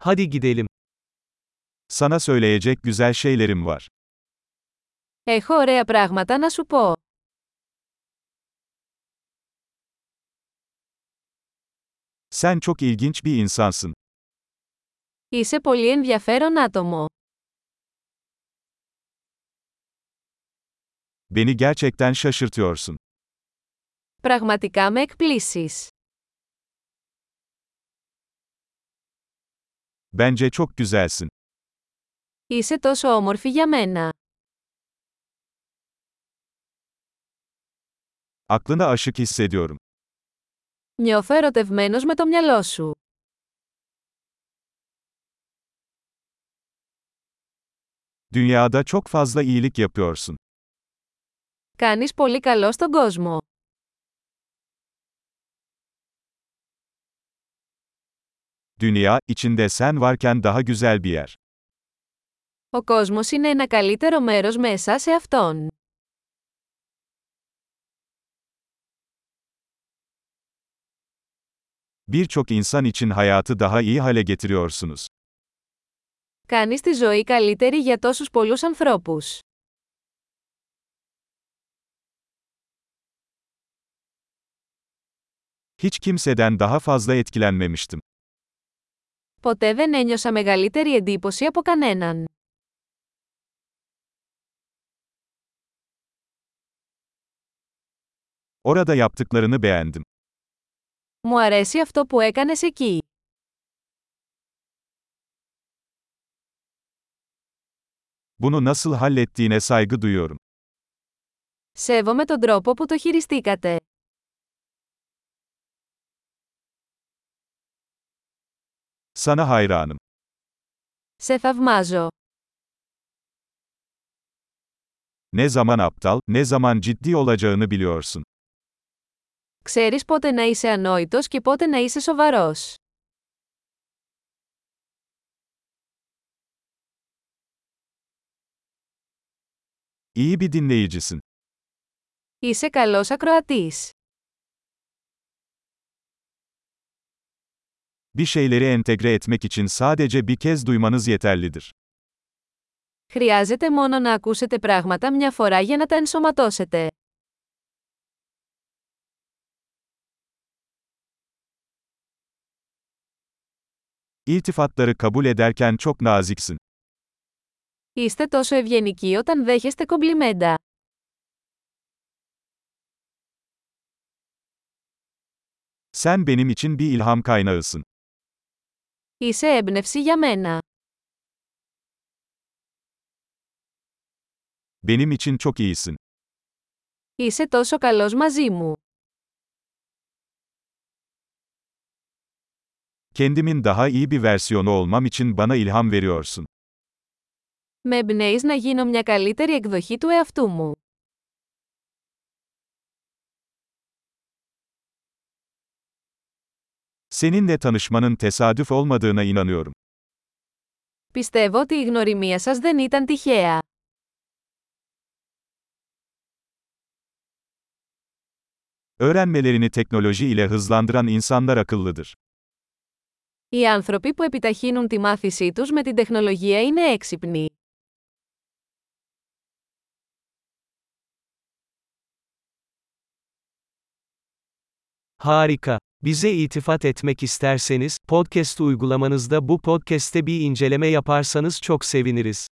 Hadi gidelim. Sana söyleyecek güzel şeylerim var. Έχω ωραία πράγματα να σου πω. Sen çok ilginç bir insansın. Είσαι πολύ ενδιαφέρον άτομο. Beni gerçekten şaşırtıyorsun. Πραγματικά με εκπλήσεις. Bence çok güzelsin. Είσαι τόσο όμορφη για μένα. Aklına aşık hissediyorum. Νιώθω ερωτευμένος με το μυαλό σου. Dünyada çok fazla iyilik yapıyorsun. Κάνεις πολύ καλό στον κόσμο. Dünya, içinde sen varken daha güzel bir yer. Ο κόσμος είναι ένα καλύτερο μέρος μέσα σε αυτόν. Birçok insan için hayatı daha iyi hale getiriyorsunuz. Κάνεις τη ζωή καλύτερη για τόσους πολλούς ανθρώπους. Hiç kimseden daha fazla etkilenmemiştim. Ποτέ δεν ένιωσα μεγαλύτερη εντύπωση από κανέναν. Orada yaptıklarını beğendim. Μου αρέσει αυτό που έκανες εκεί. Bunu nasıl hallettiğine saygı duyuyorum. Σέβομαι τον τρόπο που το χειριστήκατε. Sana hayranım. Σε θαυμάζω. Ne zaman aptal, ne zaman ciddi olacağını biliyorsun. Ξέρεις πότε να είσαι ανόητος και πότε να είσαι σοβαρός. İyi bir dinleyicisin. Είσαι καλός ακροατής. Bir şeyleri entegre etmek için sadece bir kez duymanız yeterlidir. Χρειάζεται μόνο να ακούσετε πράγματα μια φορά για να τα ενσωματώσετε. İltifatları kabul ederken çok naziksin. Είστε τόσο ευγενικοί όταν δέχεστε κομπλιμέντα. Sen benim için bir ilham kaynağısın. Είσαι έμπνευση για μένα. Benim için çok iyisin. Είσαι τόσο καλός μαζί μου. Kendimin daha iyi bir versiyonu olmam için bana ilham veriyorsun. Με εμπνέεις να γίνω μια καλύτερη εκδοχή του εαυτού μου. Seninle tanışmanın tesadüf olmadığına inanıyorum. Πιστεύω ότι η γνωριμία σας δεν ήταν τυχαία. Öğrenmelerini teknoloji ile hızlandıran insanlar akıllıdır. Οι άνθρωποι που επιταχύνουν τη μάθησή τους με την τεχνολογία είναι έξυπνοι. Harika. Bize itifat etmek isterseniz podcast uygulamanızda bu podcast'te bir inceleme yaparsanız çok seviniriz.